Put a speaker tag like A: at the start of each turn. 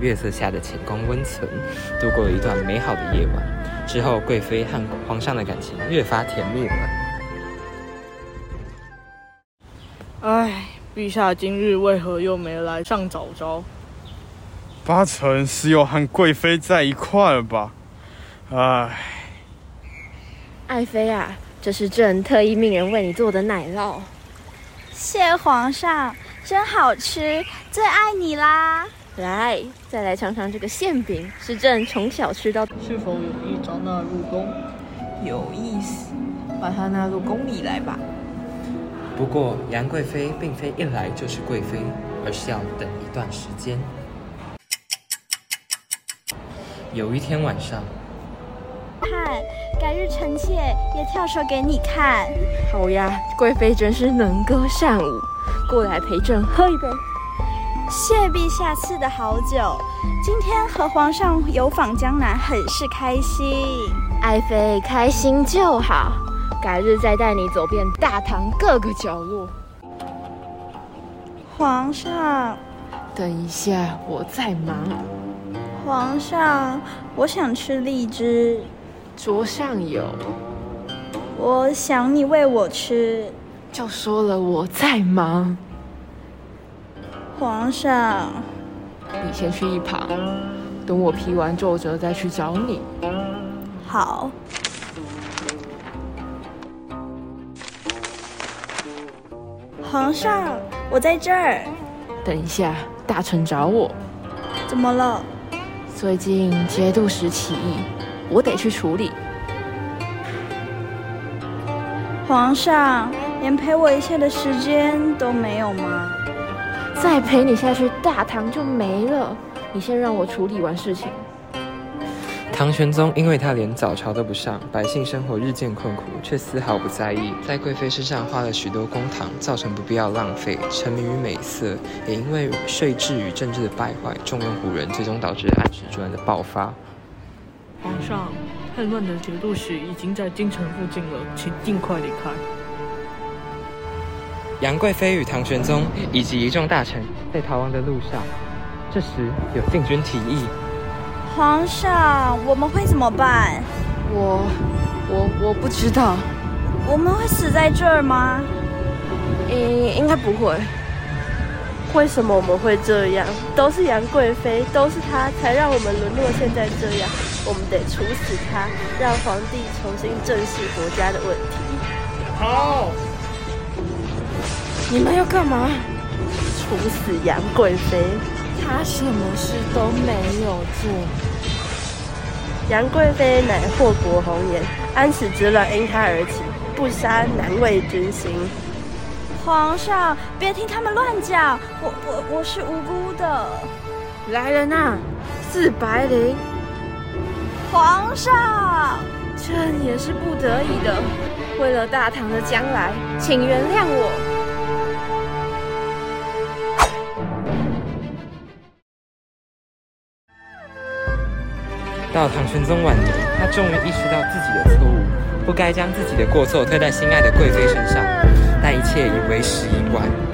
A: 月色下的晴空温存，度过了一段美好的夜晚。之后，贵妃和皇上的感情越发甜蜜了。
B: 唉，陛下今日为何又没来上早朝？
C: 八成是又和贵妃在一块了吧？啊唉，
D: 爱妃啊，这是朕特意命人为你做的奶酪。
E: 谢皇上，真好吃，最爱你啦！
D: 来，再来尝尝这个馅饼，是朕从小吃到。
F: 是否有意招纳入宫？
G: 有意思，把它纳入宫里来吧。
A: 不过，杨贵妃并非一来就是贵妃，而是要等一段时间。有一天晚上，
E: 看，改日臣妾也跳手给你看。
D: 好呀，贵妃真是能歌善舞，过来陪朕喝一杯。
E: 谢陛下赐的好酒，今天和皇上游访江南，很是开心。
D: 爱妃开心就好，改日再带你走遍大唐各个角落。
E: 皇上，
G: 等一下，我在忙，
E: 皇上，我想吃荔枝，
G: 桌上有。
E: 我想你喂我吃。
G: 就说了我在忙，
E: 皇上，
G: 你先去一旁，等我批完奏折再去找你。
E: 好。皇上，我在这儿，
G: 等一下，大臣找我，
E: 怎么了？
G: 最近节度使起义，我得去处理。
E: 皇上，连陪我一下的时间都没有吗？
D: 再陪你下去，大唐就没了。你先让我处理完事情。
A: 唐玄宗因为他连早朝都不上，百姓生活日渐困苦，却丝毫不在意，在贵妃身上花了许多公帑，造成不必要浪费，沉迷于美色，也因为税制与政治的败坏，重用古人，最终导致安史之乱的爆发。
B: 皇上，叛乱的节度使已经在京城附近了，请尽快离开。
A: 杨贵妃与唐玄宗以及一众大臣在逃亡的路上，这时有禁军提议。
E: 皇上，我们会怎么办？
G: 我，我我不知道，
E: 我们会死在这儿吗？
D: 嗯，应该不会。
H: 为什么我们会这样？都是杨贵妃，都是她才让我们沦落现在这样。我们得处死她，让皇帝重新正视国家的问题。
C: 好，
D: 你们要干嘛？
H: 处死杨贵妃，
D: 他什么事都没有做。
H: 杨贵妃乃祸国红颜，安史之乱因她而起，不杀难为军心。
E: 皇上，别听他们乱讲，我我我是无辜的。
D: 来人呐、四白灵，
E: 皇上，
D: 朕也是不得已的。为了大唐的将来，请原谅我。
A: 到唐玄宗晚年，他终于意识到自己的错误，不该将自己的过错推在心爱的贵妃身上，但一切已为时已晚。